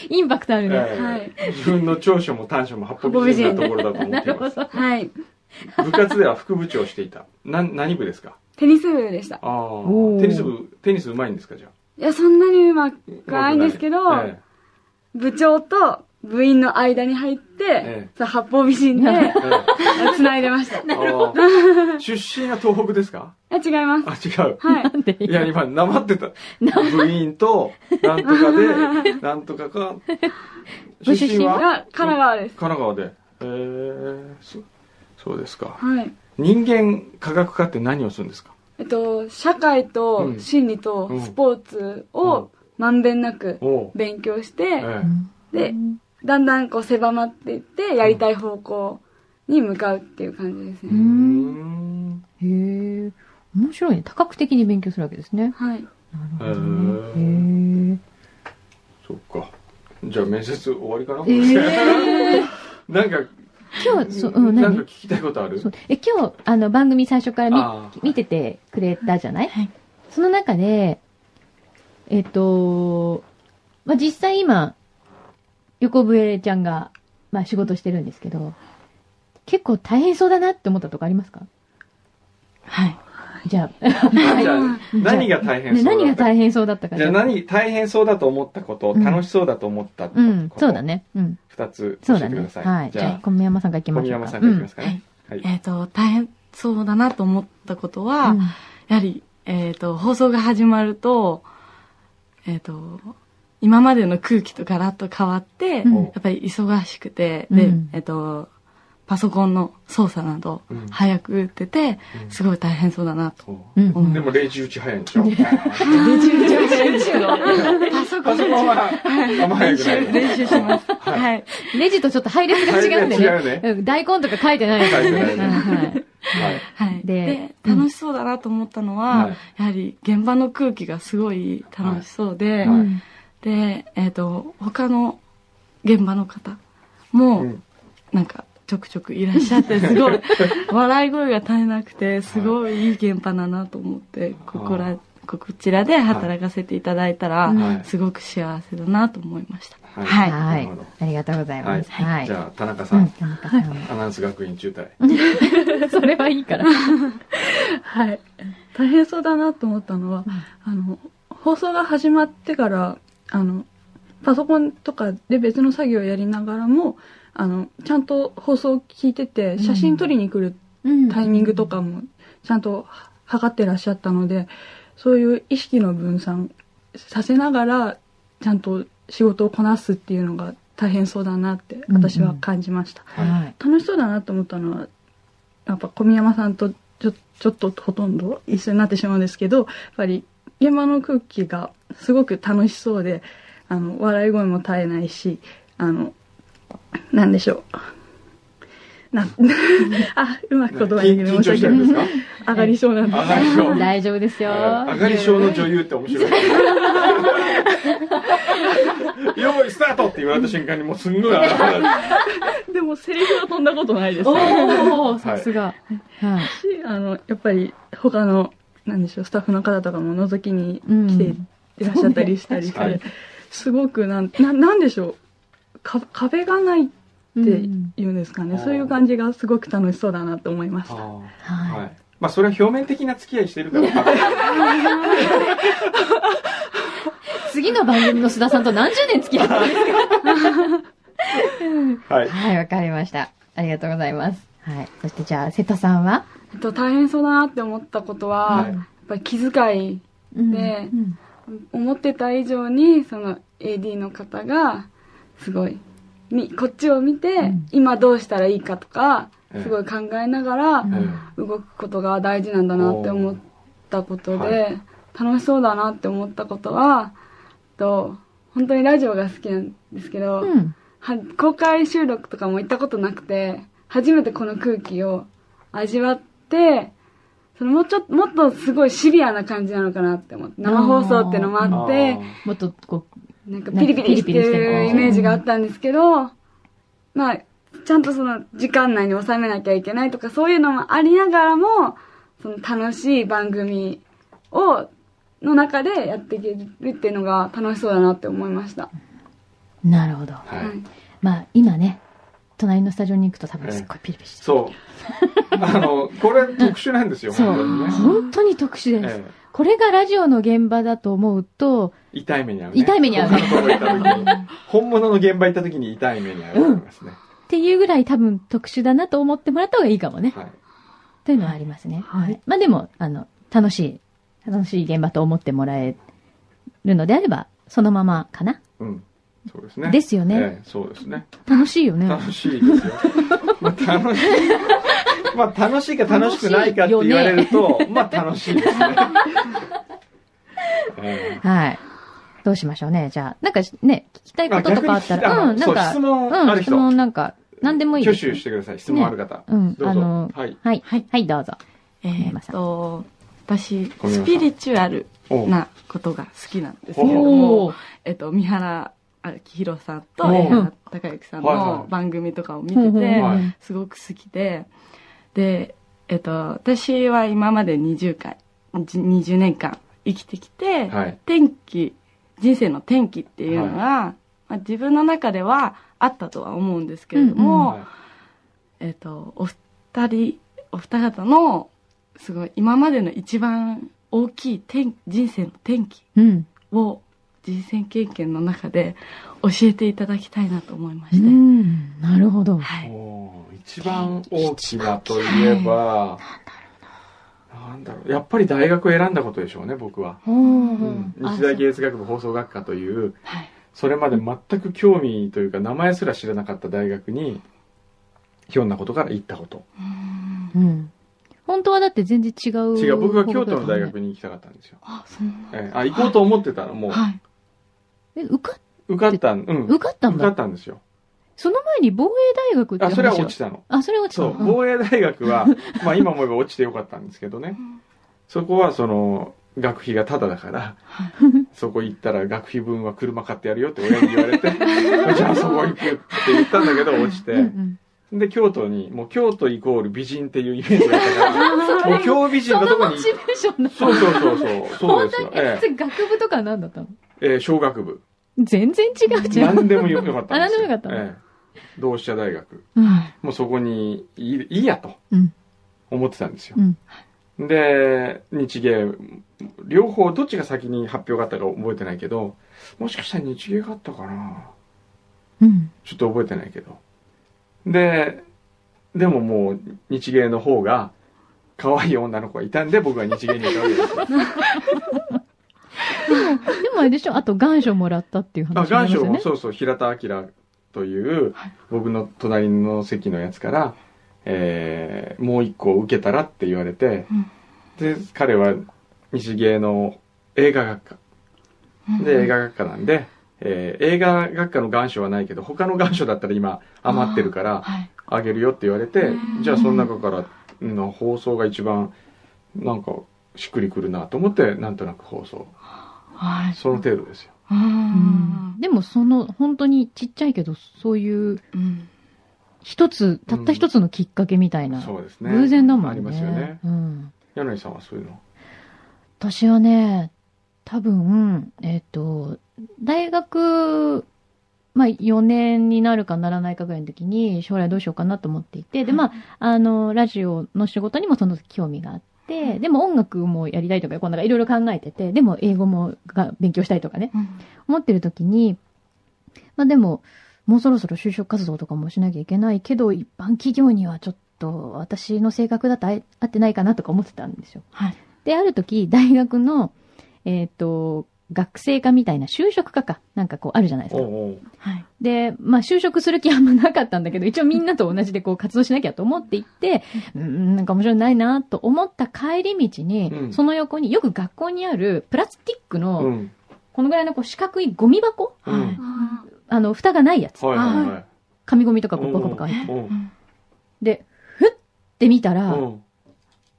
Speaker 2: インパクトあるね。
Speaker 1: えー
Speaker 4: はい
Speaker 1: 自分の長所も短所も八方美人なところだと思っています。
Speaker 4: はい。
Speaker 1: 部活では副部長をしていた。な、何部ですか
Speaker 4: テニス部でした。
Speaker 1: あ
Speaker 2: お
Speaker 1: あ。
Speaker 2: ー
Speaker 1: テニス部、テニスうまいんですかじゃ
Speaker 4: いや、そんなにうまく
Speaker 1: あ。
Speaker 4: ないんですけど、
Speaker 1: え
Speaker 4: 部長と部員の間に入って、
Speaker 1: え
Speaker 4: そう八方美人で、
Speaker 1: ええ
Speaker 4: 繋いでま した。
Speaker 1: えあー出身が東北ですか
Speaker 4: あ、違います。
Speaker 1: あ、違う。
Speaker 4: はい。
Speaker 2: なんで
Speaker 1: いや、今、なまってた。部員と、なんとか で、なんとかか。
Speaker 2: ご出身は
Speaker 4: が、神奈川です。
Speaker 1: 神奈川で。えー、そそうですか。
Speaker 4: はい。
Speaker 1: 人間科学科って何をするんですか
Speaker 4: えっと、社会
Speaker 1: う
Speaker 4: と
Speaker 1: ん
Speaker 4: 心理
Speaker 1: う
Speaker 4: と
Speaker 1: ん
Speaker 4: スポーツ
Speaker 1: うん
Speaker 4: をまんべんなく
Speaker 1: おう。
Speaker 4: 勉強し
Speaker 1: え
Speaker 4: て、
Speaker 1: ー
Speaker 4: で、だんだんこう狭まっていって、やりたい方向に向かうっていう感じです
Speaker 1: うー
Speaker 4: ね。
Speaker 1: ん。
Speaker 2: へえ。面白いね。多角的に勉強するわけですね。
Speaker 4: はい。
Speaker 2: なるほ
Speaker 1: へ
Speaker 2: ど
Speaker 1: え
Speaker 2: ね。
Speaker 1: そっか。じゃあ面接終わりかな、
Speaker 2: へえ。
Speaker 1: なんか、
Speaker 2: 今日、そう、うん、
Speaker 1: なんか
Speaker 2: 何
Speaker 1: 聞きたいことある
Speaker 2: そうえ今日あの番組最初から
Speaker 1: あー
Speaker 2: 見見ててくれたじゃない、
Speaker 4: はい
Speaker 2: その中で、えっ、と、まあ、実際今、横笛ちゃんが、まあ、仕事してるんですけど、結構大変そうだなって思ったとこありますか
Speaker 4: はい。
Speaker 2: じゃ
Speaker 1: あじゃあ、何が大
Speaker 2: あ、
Speaker 1: 変
Speaker 2: ね、
Speaker 1: そうだった
Speaker 2: 何が大変そうだったか
Speaker 1: じゃあ
Speaker 2: ちょっと
Speaker 1: 何、大変そうだと思ったこと、
Speaker 2: うん
Speaker 1: 楽しそうだと思ったこと。
Speaker 2: うん、そうだ。ね。うん、
Speaker 1: 二つ
Speaker 2: そ
Speaker 1: 教え
Speaker 2: うだ
Speaker 1: てく
Speaker 2: ね
Speaker 1: だ。さい。
Speaker 2: はい。
Speaker 1: じ
Speaker 2: じ
Speaker 1: ゃ
Speaker 2: ゃ
Speaker 1: あ
Speaker 2: あ、小宮山さんから行きま
Speaker 1: 小
Speaker 2: し
Speaker 1: 宮
Speaker 2: ょう
Speaker 1: 山
Speaker 2: か。
Speaker 1: さんからいきますかね。はい。
Speaker 5: えっ、と、大変そうだなと思ったことは、
Speaker 2: うんうん
Speaker 5: やはり、えっ、と、放送が始まると、えっ、と、今までの空気とガラッと変わって、
Speaker 2: うん
Speaker 5: やっぱり忙しくて、
Speaker 2: う
Speaker 5: で
Speaker 2: ん、
Speaker 5: えっ、と、パソコンの操作など
Speaker 1: うん、
Speaker 5: 早く打ってて、
Speaker 1: うん
Speaker 5: すごい大変そうだなと。
Speaker 1: そう
Speaker 2: うん
Speaker 5: うん
Speaker 1: でも、0時打ち早いん でしょ
Speaker 5: パソコ
Speaker 1: パ
Speaker 5: ン
Speaker 1: ソコ
Speaker 5: の
Speaker 1: ンは、あんま早くな
Speaker 5: 練
Speaker 1: い
Speaker 5: 習、。練習します。
Speaker 1: はい
Speaker 5: はい。
Speaker 2: レジとちょっと配列が違うんでね。
Speaker 1: 配列違うね
Speaker 2: ん大根とか書いてないです
Speaker 1: 書いて
Speaker 2: ね。
Speaker 1: ないね
Speaker 2: はいはい
Speaker 1: はい。
Speaker 5: はい、
Speaker 2: で
Speaker 5: で
Speaker 2: うん
Speaker 5: 楽しそうだなと思ったのは、
Speaker 1: はい
Speaker 5: やはり現場の空気がすごい楽しそうで、
Speaker 1: はい
Speaker 2: うん
Speaker 5: で、えっと他の現場の方も、
Speaker 1: うん
Speaker 5: なんかちょくちょくいらっしゃってすごい笑い声が絶えなくてすごいいい現場だなと思ってここ
Speaker 1: は
Speaker 5: らこちらで働かせていただいたら、
Speaker 1: はい
Speaker 5: すごく幸せだなと思いました。
Speaker 1: はい
Speaker 5: はい
Speaker 2: はい
Speaker 1: なるほど。
Speaker 2: ありがとうござい
Speaker 1: は
Speaker 2: ま
Speaker 1: い
Speaker 2: す。はい
Speaker 1: じ。ゃあ、田中
Speaker 2: う
Speaker 1: さ
Speaker 2: ん
Speaker 1: ん、
Speaker 2: 田中さん
Speaker 1: アナウンス学院中退。
Speaker 2: それはいいから。
Speaker 6: はい。大変そうだなと思ったのは、あの、放送が始まってから、あの、パソコンとかで別の作業をやりながらも、あの、ちゃんと放送を聞いてて、写真撮りに来るタイミングとかも、ちゃんとは測ってらっしゃったので、そういう意識の分散させながら、ちゃんと仕事をこなすっていうのが大変そうだなって、私は感じました。
Speaker 2: はい。
Speaker 6: 楽しそうだなと思ったのはやっぱ小宮山さんとちょちょっとほとんど一緒になってしまうんですけどやっぱり現場の空気がすごく楽しそうであの笑い声も絶えないしあのなんでしょうな あうまく言葉に
Speaker 1: 緊緊張してるんですか
Speaker 6: 上がりそうなんで
Speaker 1: 上がり症。はい
Speaker 2: 大丈夫ですよ。
Speaker 1: 上がり症の女優って面白い。よーい、スタートって言われた瞬間にもうすんごい上がる。
Speaker 6: すでもセリフは飛んだことないですし
Speaker 2: おお、さすが。はい。
Speaker 6: あのやっぱり他のなんでしょうスタッフの方とかも覗きに来て
Speaker 2: うん
Speaker 6: いらっしゃったりしたりして、
Speaker 1: はい
Speaker 6: すごくなんななんでしょうか壁がないって
Speaker 2: うん
Speaker 6: いうんですかね、
Speaker 1: うん
Speaker 6: そういう感じがすごく楽しそうだなと思いました
Speaker 1: は。
Speaker 2: はい
Speaker 1: まあ、それは表面的な付き合いしてるから。
Speaker 2: い。次の番組の須田さんと何十年付き合ってるんですか
Speaker 1: はい。
Speaker 2: はい、わかりました。ありがとうございます。はい。そしてじゃあ、瀬戸さんは
Speaker 4: えっと、大変そうだなって思ったことは、
Speaker 1: はい
Speaker 4: やっぱり気遣い
Speaker 2: うん
Speaker 4: ね
Speaker 2: うん
Speaker 4: 思ってた以上にその AD の方がすごいみこっちを見て、
Speaker 2: うん
Speaker 4: 今どうしたらいいかとかすご
Speaker 1: い。
Speaker 4: い考えながら
Speaker 1: うん
Speaker 4: 動くことが大事なんだなって思ったことで、
Speaker 1: おー
Speaker 4: 楽しそうだなって思ったことはと本当にラジオが好きなんですけど、
Speaker 2: うん。
Speaker 4: は公開収録とかも行ったことなくて初めてこの空気を味わってそのもうちょっともっとすごいシビアな感じなのかなって思って生放送ってのもあって
Speaker 2: もっとこう、
Speaker 4: なんかピリピリして
Speaker 2: なんかピリピリしてる
Speaker 4: るイメージがあったんですけどまあちゃんとその時間内に収めなきゃいけないとかそういうのもありながらもその楽しい番組をの中でやっていけるっていうのが楽しそうだなって思いました。
Speaker 2: なるほど。
Speaker 1: あー
Speaker 4: は
Speaker 1: はいい。
Speaker 2: まあ、今ね、隣のスタジオに行くと多分すっごいピリピリしてる。
Speaker 1: そう。あの、これ特殊なんですよ、
Speaker 2: そう
Speaker 1: 本当にね。
Speaker 2: 本当に特殊です。
Speaker 1: ええ
Speaker 2: これがラジオの現場だと思うと、
Speaker 1: 痛い目に遭う、ね。
Speaker 2: 痛い目に遭うね
Speaker 1: 他のとこ行った時に 本物の現場行った時に痛い目に遭うと思いますね。
Speaker 2: っていうぐらい多分特殊だなと思ってもらった方がいいかもね。
Speaker 1: はい。
Speaker 2: というのはありますね。
Speaker 7: はい
Speaker 2: まあでも、あの、楽しい、楽しい現場と思ってもらえるのであれば、そのままかな。
Speaker 1: うん。そうですね。
Speaker 2: ですよね。
Speaker 1: ええそうですね。
Speaker 2: 楽しいよね。
Speaker 1: 楽しいですよ。まあ、楽しい。まあ、楽しいか楽しくないかって言われると、まあ、楽しいですね。ええ
Speaker 2: はい。どうしましょうね。じゃあ、なんかね、聞きたいこととかあったら、
Speaker 1: あ逆に聞きたい
Speaker 2: うん、なん
Speaker 1: そう
Speaker 2: か、
Speaker 1: 質問あ
Speaker 2: うん、
Speaker 1: る
Speaker 2: 質
Speaker 1: 人
Speaker 2: 問なんか、何でもいいです。
Speaker 1: 挙手してください。質問ある方。
Speaker 2: うん
Speaker 1: どう
Speaker 2: あ
Speaker 1: ぞ。
Speaker 2: の
Speaker 1: はい。
Speaker 2: はい、は
Speaker 7: はいい、
Speaker 2: どうぞ。
Speaker 7: えーっと、私、
Speaker 1: ごめんなさ
Speaker 7: スピ
Speaker 1: い
Speaker 7: リチュアル
Speaker 1: おう
Speaker 7: なことが好きなんですけれども、
Speaker 2: ー。
Speaker 7: えーっと、三原明宏さんと
Speaker 1: おう
Speaker 7: 江原孝之さん
Speaker 1: はいは
Speaker 7: の
Speaker 1: い
Speaker 7: 番組とかを見
Speaker 2: ほう
Speaker 7: て
Speaker 2: ほう
Speaker 7: て
Speaker 1: は、い
Speaker 7: すごく好きで、で、えっと、私は今まで20回、じ20年間生きてきて、
Speaker 1: はい。
Speaker 7: 天気、人生の転機っていうのが、まあ、自分の中ではあったとは思うんですけれども、
Speaker 1: はい
Speaker 7: えっと、お二人、お二方の、すごい、今までの一番大きい転人生の転機
Speaker 2: うん。
Speaker 7: を、人生経験の中で教えていただきたいなと思いま
Speaker 2: う
Speaker 7: して。
Speaker 2: ん、なるほど。
Speaker 7: はい。
Speaker 1: おー一番大きなといえば、なんだろう。やっぱり大学を選んだことでしょうね、僕は。
Speaker 2: お
Speaker 1: うん
Speaker 2: ー
Speaker 1: 日大芸術学部放送学科という、
Speaker 7: はい。
Speaker 1: それまで全く興味というか名前すら知らなかった大学に、ひょんなことから行ったこと。
Speaker 7: うん
Speaker 2: うん。本当はだって全然違う。
Speaker 1: 違う、僕は京都の大学に行きたかったんですよ。
Speaker 7: あ、そんな。
Speaker 1: ええあ、行こうと思ってたの、も
Speaker 7: はい。
Speaker 2: え、受かっ、
Speaker 1: う、受かったん、うん。
Speaker 2: 受かったん
Speaker 1: 受かっ
Speaker 2: だ。
Speaker 1: たんですよ。
Speaker 2: その前に防衛大学って
Speaker 1: あ、
Speaker 2: 話
Speaker 1: それは落ちたの。
Speaker 2: あ、それは落ちた
Speaker 1: そ
Speaker 2: の。
Speaker 1: う、防衛大学は、 まあ今思えば落ちてよかったんですけどね。そこはその、学費がタダだから、そこ行ったら学費分は車買ってやるよって親に言われて、 じゃあそこ行くって言ったんだけど落ち
Speaker 2: うんう
Speaker 1: て、
Speaker 2: ん
Speaker 1: で京都に、もう京都イコール美人っていうイメージだったから、もう京美人
Speaker 2: そ
Speaker 1: のとこ
Speaker 2: のモ
Speaker 1: に、
Speaker 2: チ
Speaker 1: そ
Speaker 2: ベ
Speaker 1: う
Speaker 2: ーションだった。
Speaker 1: そうそうそう、 そうですよ。え
Speaker 2: え、それ学部とか何だったの
Speaker 1: え、ええ小学部。
Speaker 2: 全然違うじゃん。
Speaker 1: 何でもよよかったんですよ。
Speaker 2: あ何でもよかったの
Speaker 1: ええ同志社大学。
Speaker 2: うん
Speaker 1: もうそこにいいいいやと
Speaker 2: うん
Speaker 1: 思ってたんですよ。
Speaker 2: うん
Speaker 1: で、日芸、両方どっちが先に発表があったか覚えてないけど、もしかしたら日芸があったかな
Speaker 2: うん。
Speaker 1: ちょっと覚えてないけど。で、でももう日芸の方が可愛い女の子がいたんで僕は日芸にいたわけですよ。
Speaker 2: でもあれでしょあと願書もらったっていう話もあ
Speaker 1: あ、願
Speaker 2: ります
Speaker 1: 書
Speaker 2: よ
Speaker 1: も
Speaker 2: ね。
Speaker 1: そうそう、平田明という、僕の隣の席のやつから、えーもう一個受けたらって言われて、で、彼は西芸の映画学科。で、映画学科なんで、えー映画学科の願書はないけど、他の願書だったら今余ってるから、
Speaker 7: はい。
Speaker 1: あげるよって言われて、じゃあその中から、うん放送が一番、なんか、しっくりくるなと思って、なんとなく放送。
Speaker 7: はい。
Speaker 1: その程度ですよ。
Speaker 7: う
Speaker 2: うん
Speaker 7: ん。
Speaker 2: でもその、本当にちっちゃいけど、そういう
Speaker 7: うん。
Speaker 2: 一つ、たった一つのきっかけみたいな。
Speaker 1: そうですね。
Speaker 2: 偶然だもんね。
Speaker 1: ありますよね。
Speaker 2: うん。
Speaker 1: 柳さんはそういうの
Speaker 2: 私はね、多分、えっ、と、大学、まあ4年になるかならないかぐらいの時に将来どうしようかなと思っていて、で、まあ、あの、ラジオの仕事にもその時興味があって、でも音楽もやりたいとか、こうなんかいろいろ考えてて、でも英語もが勉強したいとかね、
Speaker 7: うん
Speaker 2: 思ってる時に、まあでも、もうそろそろ就職活動とかもしなきゃいけないけど、一般企業にはちょっと私の性格だと合合ってないかなとか思ってたんですよ。
Speaker 5: はい
Speaker 2: で、ある時、大学の、えっ、と、学生課みたいな就職課か、なんかこうあるじゃないですか。
Speaker 1: おうおう
Speaker 5: はい。
Speaker 2: で、まあ就職する気はあんまなかったんだけど、一応みんなと同じでこう活動しなきゃと思って行って、うん、なんか面白いないなと思った帰り道に、
Speaker 1: うん
Speaker 2: その横によく学校にあるプラスチック
Speaker 1: う
Speaker 2: の、
Speaker 1: ん。
Speaker 2: このぐらいのこう四角いゴミ箱
Speaker 1: うん。
Speaker 5: はい
Speaker 2: あの、蓋がないやつ。
Speaker 1: はいはいはい。
Speaker 2: 紙ゴミとかこうバカバカ入って
Speaker 1: うん
Speaker 5: うん
Speaker 2: で、ふって見たら、
Speaker 1: うん。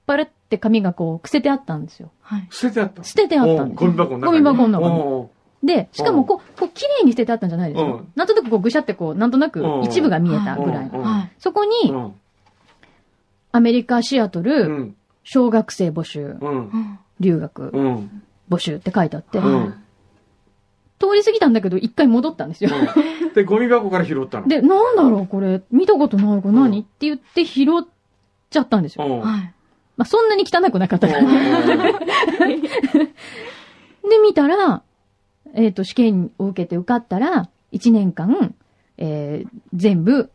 Speaker 2: パルって紙がこう、くせてあったんですよ。
Speaker 5: はい。
Speaker 1: 捨ててあった。
Speaker 2: 捨ててあったんです
Speaker 1: ゴミ箱の中
Speaker 2: ゴミ
Speaker 1: に
Speaker 2: 箱の中に。
Speaker 1: おう
Speaker 2: で、しかもこう、こう、綺麗に捨ててあったんじゃないです
Speaker 1: う
Speaker 2: よ
Speaker 1: ん。
Speaker 2: なんとなくこう、ぐしゃってこう、なんとなく
Speaker 1: うん
Speaker 2: 一部が見えたぐらい
Speaker 1: うん
Speaker 2: の。
Speaker 5: はい。
Speaker 2: そこに
Speaker 1: お、う
Speaker 2: アメリカ・シアト
Speaker 1: う
Speaker 2: ル、
Speaker 1: ん。
Speaker 2: 小学生募集、
Speaker 1: うん。
Speaker 5: うん
Speaker 2: 留学
Speaker 1: うん。うん。
Speaker 2: 募集って書いてあって、
Speaker 1: う
Speaker 2: 通
Speaker 1: ん。
Speaker 2: り過ぎたんだけど、一回戻ったんですよ。
Speaker 1: うんで、ゴミ箱から拾ったの。
Speaker 2: で、なんだろう、これ、見たことない、これ
Speaker 1: うん
Speaker 2: 何って言って拾っちゃったんですよ。
Speaker 1: うん。
Speaker 5: はい。
Speaker 2: まあ、そんなに汚くなかったから。
Speaker 1: う
Speaker 2: で、見たら、えっ、と、試験を受けて受かったら、1年間、えー全部、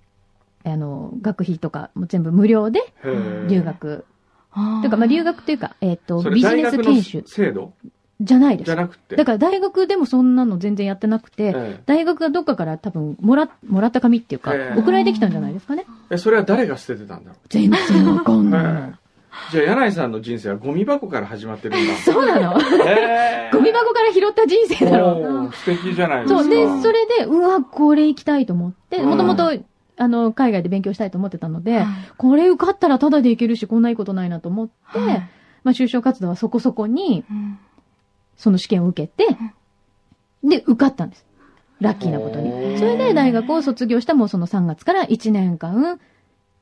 Speaker 2: あの、学費とかも全部無料で
Speaker 1: ん
Speaker 2: 留。学。
Speaker 5: あ
Speaker 2: というか、まあ、留学というか、えっ、と
Speaker 1: そ、れ
Speaker 2: ビジネス研
Speaker 1: 大
Speaker 2: 修
Speaker 1: 学の制度
Speaker 2: じゃないで
Speaker 1: じゃ
Speaker 2: す。
Speaker 1: なくて。
Speaker 2: だから大学でもそんなの全然やってなくて、
Speaker 1: え
Speaker 2: 大学がどっかから多分、もら、もらった紙っていうか
Speaker 1: え、え
Speaker 2: 送られてきたんじゃないですかね。
Speaker 1: ええ、それは誰が捨ててたんだろう。
Speaker 2: 全然わかんな
Speaker 1: じゃあ、柳井さんの人生はゴミ箱から始まってるんだ
Speaker 2: い。。 そうなの
Speaker 1: えー
Speaker 2: ゴミ箱から拾った人生だろう。
Speaker 1: おー素敵じゃないです
Speaker 2: そ
Speaker 1: か。
Speaker 2: う。で、それで、うわ、これ行きたいと思って、
Speaker 1: うん
Speaker 2: もともと、あの、海外で勉強したいと思ってたので、
Speaker 5: はい
Speaker 2: これ受かったらタダで行けるし、こんないいことないなと思って、
Speaker 5: はい
Speaker 2: まあ、就職活動はそこそこに、
Speaker 5: うん
Speaker 2: その試験を受けて、で、受かったんです。ラッキーなこと
Speaker 1: お
Speaker 2: に。
Speaker 1: ー
Speaker 2: それで、大学を卒業したもうその3月から1年間、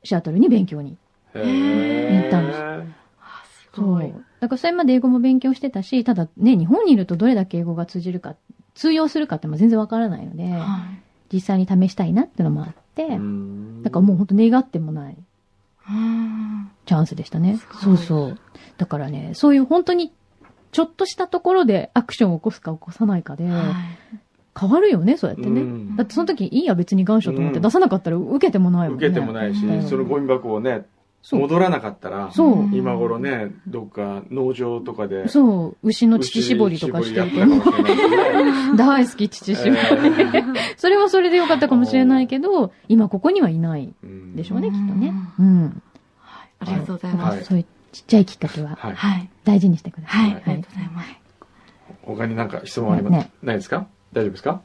Speaker 2: シアトルに勉強に。
Speaker 1: へー
Speaker 2: 行ったんです
Speaker 5: あす
Speaker 2: そ
Speaker 5: ごい。
Speaker 2: う。だからそれまで英語も勉強してたし、ただね、日本にいるとどれだけ英語が通じるか、通用するかってまあ全然わからないので、
Speaker 5: はい
Speaker 2: 実際に試したいなってのもあって、
Speaker 1: ん
Speaker 2: だからもう本当願ってもない
Speaker 5: うん
Speaker 2: チャンスでしたね
Speaker 5: す。
Speaker 2: そ
Speaker 5: ごいう
Speaker 2: そう。だからね、そういう本当にちょっとしたところでアクションを起こすか起こさないかで、
Speaker 5: はい
Speaker 2: 変わるよね、そうやって
Speaker 1: う
Speaker 2: ね。
Speaker 1: ん
Speaker 2: だってその時いいや別に願書と思って出さなかったら受けてもないもんね。
Speaker 1: 受けてもないし、
Speaker 2: うん
Speaker 1: そのゴミ箱をね、
Speaker 2: そう。
Speaker 1: 戻らなかったら、
Speaker 2: そう。
Speaker 1: 今頃ね、どっか農場とかで、
Speaker 2: そう。牛の乳搾りとかしてる
Speaker 1: 牛搾りやってたかもしれないですね
Speaker 2: 大好き乳搾り。 それはそれでよかったかもしれないけど、今ここにはいない
Speaker 1: えーうん
Speaker 2: でしょうね、きっとね。うん。
Speaker 5: ありがとうござい
Speaker 2: だ
Speaker 5: ま
Speaker 2: か
Speaker 5: す。
Speaker 2: らそういうちっちゃいきっかけは
Speaker 1: はい。
Speaker 5: はい。
Speaker 2: 大事にしてくださ。
Speaker 5: はいい。ありがとうございます。
Speaker 1: 他になんか質問あります、
Speaker 2: ね
Speaker 1: ないですか大丈夫ですか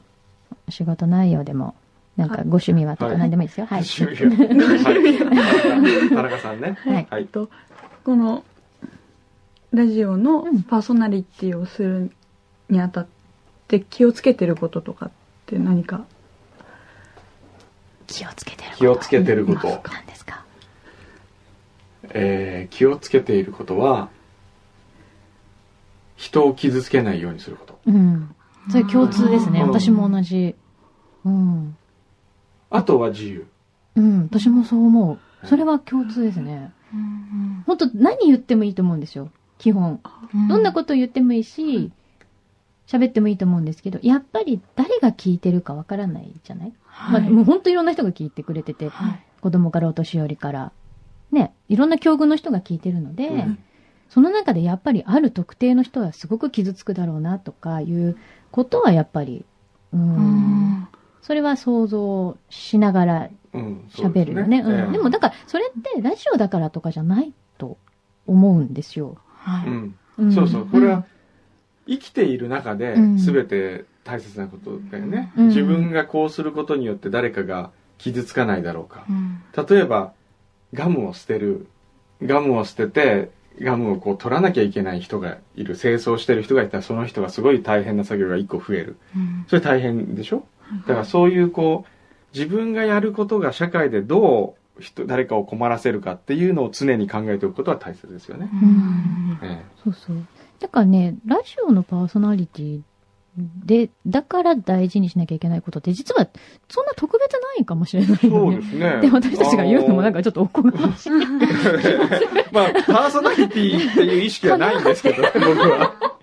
Speaker 2: 仕事内容でも、なんかご趣味はと
Speaker 1: は
Speaker 2: か
Speaker 1: い
Speaker 2: 何でもいいですよ。 はい。
Speaker 1: 趣味はい。田中さんね。
Speaker 2: はい
Speaker 1: はい。
Speaker 6: とこのラジオの
Speaker 2: うん
Speaker 6: パーソナリティをするにあたって気をつけてることとかって何か
Speaker 2: 気をつけてること。
Speaker 1: 気をつけてること。
Speaker 2: 何ですか
Speaker 1: えー気をつけていることは、人を傷つけないようにすること。
Speaker 2: うん。それ共通ですね。
Speaker 1: うん
Speaker 2: 私も同じ。うん。
Speaker 1: あとは自由。
Speaker 2: うん。私もそう思う。それは共通ですね。
Speaker 5: うん
Speaker 2: 本当何言ってもいいと思うんですよ。基本。
Speaker 5: うん
Speaker 2: どんなこと言ってもいいし、喋ってもいいと思うんですけど、やっぱり誰が聞いてるかわからないじゃない、
Speaker 5: はい
Speaker 2: まあ、もう本当いろんな人が聞いてくれてて、
Speaker 5: はい
Speaker 2: 子供からお年寄りから、ね、いろんな境遇の人が聞いてるので、
Speaker 1: うん
Speaker 2: その中でやっぱりある特定の人はすごく傷つくだろうなとかいうことはやっぱり、う、
Speaker 5: うんん
Speaker 2: それは想像しながら
Speaker 1: うん。そう
Speaker 2: 喋るよね。
Speaker 1: です
Speaker 2: うん、でもだから、それってラジオだからとかじゃないと思うんですよ。
Speaker 5: は
Speaker 1: う
Speaker 5: い。
Speaker 1: ん。
Speaker 2: ん
Speaker 1: そうそう。これは、生きている中で
Speaker 2: うん
Speaker 1: 全て大切なことだよね。
Speaker 2: うん
Speaker 1: 自分がこうすることによって誰かが傷つかないだろうか。
Speaker 5: うん
Speaker 1: 例えばガムを捨てるガムを捨ててガムをこう取らなきゃいけない人がいる清掃してる人がいたらその人がすごい大変な作業が1個増える
Speaker 5: うん
Speaker 1: それ大変でしょだからそういうこう自分がやることが社会でどう人誰かを困らせるかっていうのを常に考えておくことは大切ですよね。
Speaker 5: うん
Speaker 1: え
Speaker 2: そうそう。だからね、ラジオのパーソナリティで、だから大事にしなきゃいけないことって、実はそんな特別ないかもしれな
Speaker 1: え
Speaker 2: い
Speaker 1: そ
Speaker 2: よ
Speaker 1: う
Speaker 2: ね
Speaker 1: で。すね。
Speaker 2: で、私たちが言うのもなん
Speaker 1: か。
Speaker 2: かちょっとおこがましい。
Speaker 1: まあ、パーソナリティっていう意識はないんですけ どね、僕は。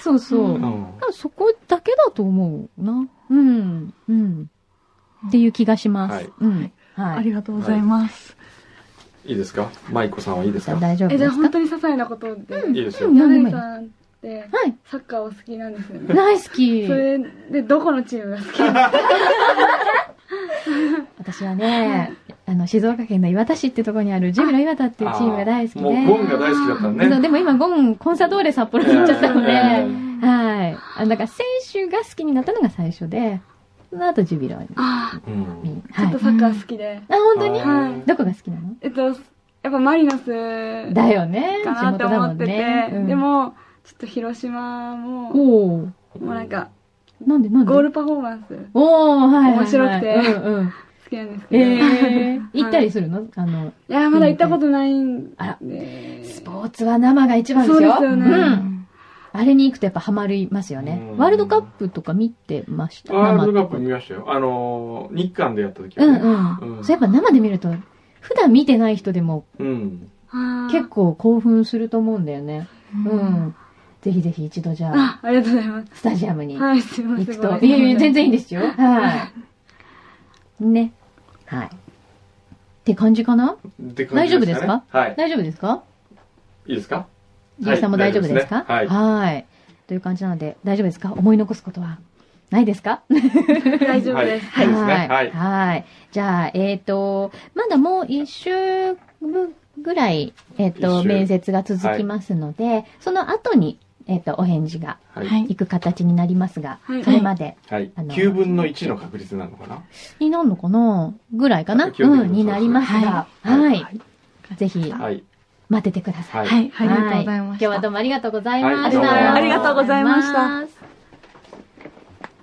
Speaker 2: そうそう。
Speaker 1: うん
Speaker 2: だからそこだけだと思うな。うん、うん。っていう気がします。
Speaker 1: はい
Speaker 2: うん。は
Speaker 6: あ
Speaker 2: い。
Speaker 6: りがとうございます。
Speaker 1: いいですか舞子さんはいいですか
Speaker 2: 大丈夫
Speaker 6: え、
Speaker 2: です
Speaker 6: じゃあ
Speaker 2: か
Speaker 6: 本当に些細なことで、
Speaker 1: いいですよ。
Speaker 2: 何で
Speaker 6: 柳
Speaker 2: もいい
Speaker 6: さんって
Speaker 2: はい。
Speaker 6: サッカーを好きなんですよね。
Speaker 2: 大好き
Speaker 6: そ。れでどこのチームが好きなの
Speaker 2: 私はね、あの、静岡県の岩田市ってとこにあるジュビロ岩田っていうチームが大好きで。
Speaker 1: あーもうゴンが大好きだったのね。
Speaker 2: そうでも今、ゴン、コンサドーレ札幌に行っちゃったので、はい。あだから、選手が好きになったのが最初で、その後、ジュビロに。
Speaker 6: あ
Speaker 1: うん
Speaker 6: あ、ちょっ
Speaker 2: はい
Speaker 6: と。サッカー好きで。
Speaker 2: あ、本当に
Speaker 1: はい
Speaker 2: どこが好きなの
Speaker 6: えっと、やっぱマリノス
Speaker 2: だよね。地
Speaker 6: かなっ
Speaker 2: 元
Speaker 6: て
Speaker 2: だも
Speaker 6: 思っ
Speaker 2: ん
Speaker 6: てて、
Speaker 2: ね。うん
Speaker 6: で、も、ちょっと広島も、も
Speaker 2: おー
Speaker 6: うなんか、
Speaker 2: なんでなんで
Speaker 6: ゴールパフォーマンス
Speaker 2: おー、はいはいはい。
Speaker 6: 面白くて
Speaker 2: うんうん。
Speaker 6: 好きなんですけど、 い
Speaker 2: えー、行ったりするのあの、
Speaker 6: や、まだ行ったことないんで、
Speaker 2: あらスポーツは生が一番で
Speaker 6: そう
Speaker 2: す
Speaker 6: で
Speaker 2: よ。
Speaker 6: すよね。
Speaker 2: うん。あれに行くとやっぱハマりますよね
Speaker 1: う。ん
Speaker 2: ワールドカップとか見てました
Speaker 1: ワールドカップ
Speaker 2: 生
Speaker 1: 見ましたよ。あのー、日韓でやった時
Speaker 2: う
Speaker 1: は
Speaker 2: ん
Speaker 1: ね
Speaker 2: うん。
Speaker 1: うん
Speaker 2: そういえば生で見ると、普段見てない人でも
Speaker 1: うん。
Speaker 6: あー
Speaker 2: 結構興奮すると思うんだよね。う
Speaker 5: うん
Speaker 2: ん。ぜひぜひ一度じゃあ、
Speaker 6: あ、ありがとうございます。
Speaker 2: スタジアムに
Speaker 6: はい、すいませ
Speaker 2: 行
Speaker 6: ん。ご
Speaker 2: く
Speaker 6: めんな
Speaker 2: と。
Speaker 6: さ
Speaker 2: いやいや、全然いいんですよ。はい。ね。はい。って感じかな
Speaker 1: って感じね
Speaker 2: 大丈夫ですか
Speaker 1: はい。
Speaker 2: 大丈夫ですか
Speaker 1: いいですか
Speaker 2: ジェイさんも大丈夫ですか
Speaker 1: はい大丈夫ですね
Speaker 2: いという感じなので、大丈夫ですか思い残すことはないですか
Speaker 6: 大丈夫です。
Speaker 1: はい。ですね。はい。
Speaker 2: はい。じゃあ、えっ、と、まだもう一週ぐらい、えっ、
Speaker 1: 一
Speaker 2: と、
Speaker 1: 週
Speaker 2: 面接が続きますので、その後に、えっ、と、お返事が
Speaker 1: はい。
Speaker 2: 行く形になりますが、
Speaker 6: はい
Speaker 2: それまで
Speaker 1: はい
Speaker 2: あ。の
Speaker 1: 9分の1の確率なのかな
Speaker 2: になるのかなぐらいかな、
Speaker 1: 基本的に
Speaker 2: うん、になりますが、
Speaker 1: そうです
Speaker 2: は
Speaker 1: ね
Speaker 2: い。ぜひ、
Speaker 1: はい。
Speaker 2: 待っててください。
Speaker 1: はい。
Speaker 5: はい、ありがとうございま
Speaker 2: 今
Speaker 5: し
Speaker 2: 日
Speaker 5: た。
Speaker 2: はどうもありがとうございました。
Speaker 1: はい
Speaker 6: ありがとうございました
Speaker 2: ありがとうございます。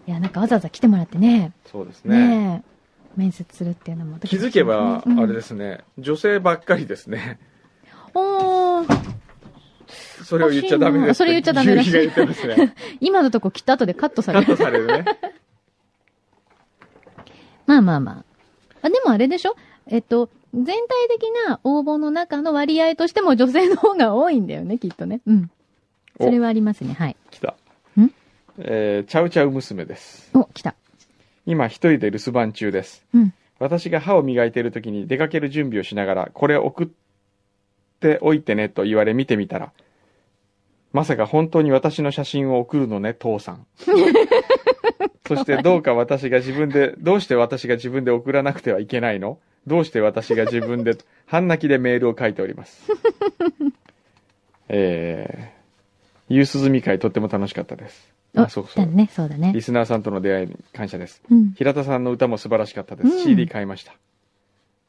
Speaker 2: いや、なんかわざわざ来てもらってね、
Speaker 1: そうですね。
Speaker 2: ねえ面接するっていうのもドキ
Speaker 1: 気
Speaker 2: ド
Speaker 1: づ
Speaker 2: キし
Speaker 1: け
Speaker 2: ま
Speaker 1: ば
Speaker 2: すね、
Speaker 1: あれですね、女性ばっかりです ね。
Speaker 2: うんおー
Speaker 1: それを言っちゃダメですて。
Speaker 2: それ言っちゃダメです
Speaker 1: 牛皮が言ってます ね。
Speaker 2: 今のとこ来た後でカットさ
Speaker 1: カッ
Speaker 2: れ
Speaker 1: ト
Speaker 2: る。
Speaker 1: されるね。
Speaker 2: まあまあまあ。あ、でもあれでしょえっと、全体的な応募の中の割合としても女性の方が多いんだよね、きっとね。うん。
Speaker 1: お
Speaker 2: それはありますね、はい。
Speaker 1: 来た
Speaker 2: ん。
Speaker 1: えー、ちゃうちゃう娘です。
Speaker 2: お、来た。
Speaker 1: 今一人で留守番中です、
Speaker 2: うん
Speaker 1: 私が歯を磨いている時に出かける準備をしながらこれ送っておいてねと言われ見てみたらまさか本当に私の写真を送るのね父さ んそしてどうか私が自分でどうして私が自分で送らなくてはいけないのどうして私が自分で半泣きでメールを書いております えー、夕涼み会とっても楽しかったです
Speaker 2: お、
Speaker 1: あそうそう
Speaker 2: だね、そうだね
Speaker 1: リ。スナーさんとの出会いに感謝です
Speaker 2: うん。
Speaker 1: 平田さんの歌も素晴らしかったです、
Speaker 2: うん
Speaker 1: CD 買いました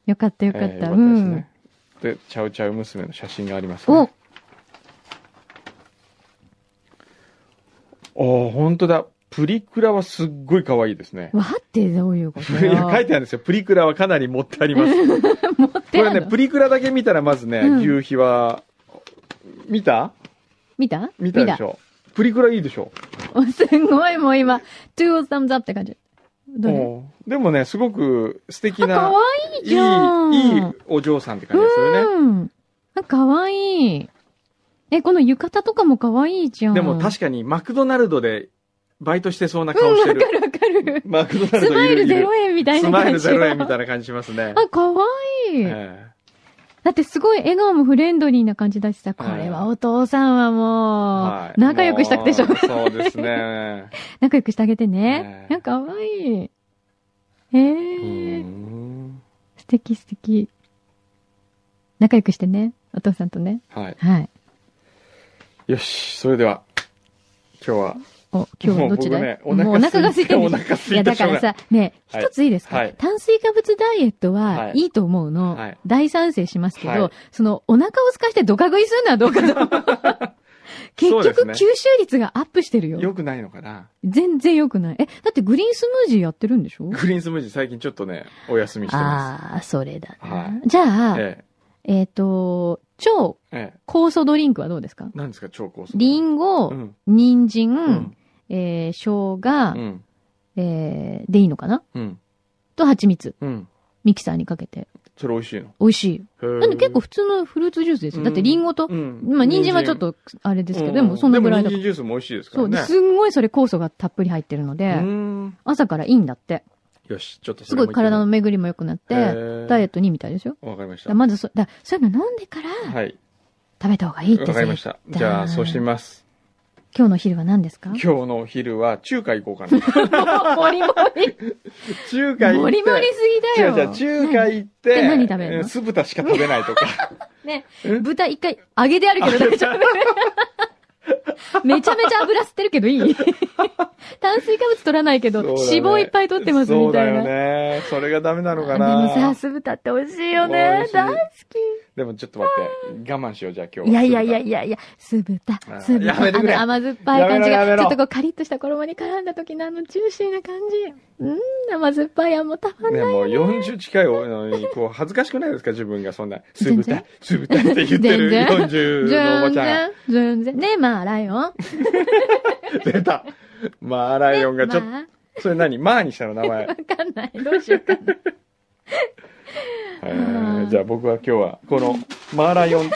Speaker 2: よかったよかった。
Speaker 1: えーよかったで
Speaker 2: う
Speaker 1: す
Speaker 2: ん
Speaker 1: ね。、でチャウチャウ娘の写真があります
Speaker 2: お
Speaker 1: ね、おお本当だプリクラはすっごい可愛いですね
Speaker 2: わってどういうこ
Speaker 1: い
Speaker 2: とよ
Speaker 1: や書いてあるんですよプリクラはかなり持ってありますこ
Speaker 2: 持って
Speaker 1: れ
Speaker 2: ある
Speaker 1: ね
Speaker 2: の
Speaker 1: プリクラだけ見たらまずね、
Speaker 2: うん
Speaker 1: 牛皮は見た
Speaker 2: 見た
Speaker 1: 見たでしょプリクラいいでしょ
Speaker 2: おすごいもう今、two thumbs up って感じ。どれ
Speaker 1: おーでもねすごく素敵
Speaker 2: あ、か
Speaker 1: な
Speaker 2: わいいじゃん。
Speaker 1: いいいいお嬢さんって感じですよね、
Speaker 2: うん。あかわいい。え、この浴衣とかもかわいいじゃん。
Speaker 1: でも確かにマクドナルドでバイトしてそうな顔してる。
Speaker 2: わかる。
Speaker 1: マクドナル
Speaker 2: ス
Speaker 1: ド
Speaker 2: マイ
Speaker 1: いる
Speaker 2: ル
Speaker 1: いる
Speaker 2: 0円みたい
Speaker 1: ス
Speaker 2: な
Speaker 1: マイ
Speaker 2: 感
Speaker 1: ル
Speaker 2: じ。
Speaker 1: ゼロ円みたいな感じしますね。
Speaker 2: あ、かわいい。
Speaker 1: え
Speaker 2: だってすごい笑顔もフレンドリーな感じだしさ、これはお父さんは
Speaker 1: え
Speaker 2: もう、仲良くしたくてしょうが
Speaker 1: もう
Speaker 2: ない。
Speaker 1: そうです。 ね。
Speaker 2: 仲良くしてあげてね
Speaker 1: ね。
Speaker 2: なんかわいい。え
Speaker 1: う
Speaker 2: ー。
Speaker 1: ん
Speaker 2: 素敵素敵仲良くしてねお父さんとね
Speaker 1: はい。
Speaker 2: はい
Speaker 1: よし、それでは、今日は、
Speaker 2: お今
Speaker 1: も
Speaker 2: 日は
Speaker 1: う
Speaker 2: どっちだ
Speaker 1: 僕
Speaker 2: い
Speaker 1: ねお腹
Speaker 2: もうお腹が空いてる
Speaker 1: お腹
Speaker 2: い
Speaker 1: 空
Speaker 2: や
Speaker 1: いて
Speaker 2: だからさね
Speaker 1: は
Speaker 2: 一、
Speaker 1: い
Speaker 2: ついいですか、
Speaker 1: はい
Speaker 2: 炭水化物ダイエットは
Speaker 1: はい
Speaker 2: いいと思うの、
Speaker 1: はい
Speaker 2: 大賛成しますけど、
Speaker 1: はい
Speaker 2: そのお腹を空かしてドカ食いするのはどうかと 結
Speaker 1: そうです
Speaker 2: 局、
Speaker 1: ね
Speaker 2: 吸収率がアップしてるよ。
Speaker 1: 良くないのかな。
Speaker 2: 全然良くない。え、だってグリーンスムージーやってるんでしょ
Speaker 1: グリーンスムージー最近ちょっとね、お休みしてま
Speaker 2: ああ、それだな。
Speaker 1: は
Speaker 2: じゃ
Speaker 1: す。
Speaker 2: あ、えっ、
Speaker 1: え
Speaker 2: と、超
Speaker 1: え、ええ。
Speaker 2: 酵素ドリンクはどうですか
Speaker 1: 何ですか、超高速。
Speaker 2: リンゴ、
Speaker 1: うん。
Speaker 2: 人参、
Speaker 1: うん。
Speaker 2: えー、生姜、
Speaker 1: うん。
Speaker 2: えー、でいいのかな
Speaker 1: うん。
Speaker 2: と蜂蜜。
Speaker 1: うん。
Speaker 2: ミキサーにかけて。
Speaker 1: それ美味しいの。
Speaker 2: 美味しい。なんで結構
Speaker 1: 普
Speaker 2: 普通のフルーツジュースですよ。だってリンゴと、
Speaker 1: ん
Speaker 2: まあ人参はちょっとあれですけど、でもそのぐらいだ
Speaker 1: でも人参ジュースも美味しいですか
Speaker 2: そ
Speaker 1: ら
Speaker 2: う。で
Speaker 1: ね。
Speaker 2: すんごいそれ酵素がたっぷり入ってるの
Speaker 1: う
Speaker 2: で、
Speaker 1: ーん
Speaker 2: 朝からいいんだって。
Speaker 1: よし、ちょっと
Speaker 2: すごい体の
Speaker 1: っ
Speaker 2: 巡りも良くなって、ダイエットにみたいですよ。
Speaker 1: わかりました
Speaker 2: だから。まずそ、だからそういうの飲んでから
Speaker 1: はい。
Speaker 2: 食べた方がいいって
Speaker 1: わかりまし
Speaker 2: 絶
Speaker 1: た。じゃあ、そうしてみます。
Speaker 2: 今日の昼は何ですか
Speaker 1: 今日のお昼は中華行こうか な。
Speaker 2: も りもり。
Speaker 1: 中華行って。
Speaker 2: もりもりすぎだ
Speaker 1: 違
Speaker 2: よ。
Speaker 1: う違う、中華行って。
Speaker 2: 何何食べるの
Speaker 1: うん酢豚しか食べないとか。
Speaker 2: ね
Speaker 1: え、
Speaker 2: 豚一回揚げであるけど大丈夫。 めちゃめちゃ油吸ってるけどい い炭水化物取らない けど、
Speaker 1: そうだね
Speaker 2: 脂肪いっぱい取ってます
Speaker 1: そ
Speaker 2: み
Speaker 1: う
Speaker 2: た
Speaker 1: だ
Speaker 2: いな。
Speaker 1: よね。それがダメなのか
Speaker 2: あでも
Speaker 1: な
Speaker 2: さ、。酢豚って美味しいよね。
Speaker 1: 美味しい
Speaker 2: 大好
Speaker 1: でもちょっと待って。我慢しよう、じゃあ今
Speaker 2: き。
Speaker 1: 日
Speaker 2: い
Speaker 1: は。
Speaker 2: やいやいやいやいや、酢豚
Speaker 1: あ、
Speaker 2: 酢豚。
Speaker 1: やめてくれ
Speaker 2: あの甘酸っぱい感じ
Speaker 1: やめろやめ
Speaker 2: が、ち
Speaker 1: ろ
Speaker 2: ょっとこうカリッとした衣に絡んだ時のあのジューシーな感じ。うん、甘酸っぱいあんもたまんない。
Speaker 1: ね、もう40近いのに、こう、恥ずかしくないですか自分がそんな、酢
Speaker 2: 全
Speaker 1: 豚
Speaker 2: 然、
Speaker 1: 酢豚って言ってる
Speaker 2: 全然
Speaker 1: 40のおば
Speaker 2: 全
Speaker 1: ちゃん。
Speaker 2: 然、全然。ねえ、まあ、ライオン。
Speaker 1: 出た。マーライオンがちょっと、
Speaker 2: まあ
Speaker 1: それ何マーにしたの名 前。
Speaker 2: わかんない。どうしようかな。
Speaker 1: えーじゃあ僕は今日は、このマーライオン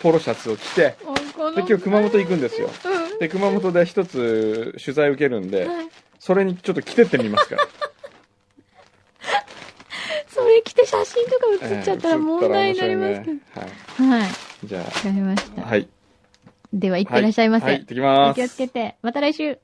Speaker 1: ポロシャツを着 て、
Speaker 2: もうこの
Speaker 1: で今日熊本行くんですよ。
Speaker 2: うん
Speaker 1: で、熊本で一つ取材受けるんで、
Speaker 2: はい
Speaker 1: それにちょっと着てってみますから。
Speaker 2: それ着て写真とか写 っちゃったら問題になりますけど。
Speaker 1: ど。はい。
Speaker 2: はい。わ
Speaker 1: じゃ
Speaker 2: かりました。
Speaker 1: あ、はい。
Speaker 2: では、行ってらっしゃいませ。
Speaker 1: はい、行ってきます。
Speaker 2: お気をつけて。また来週。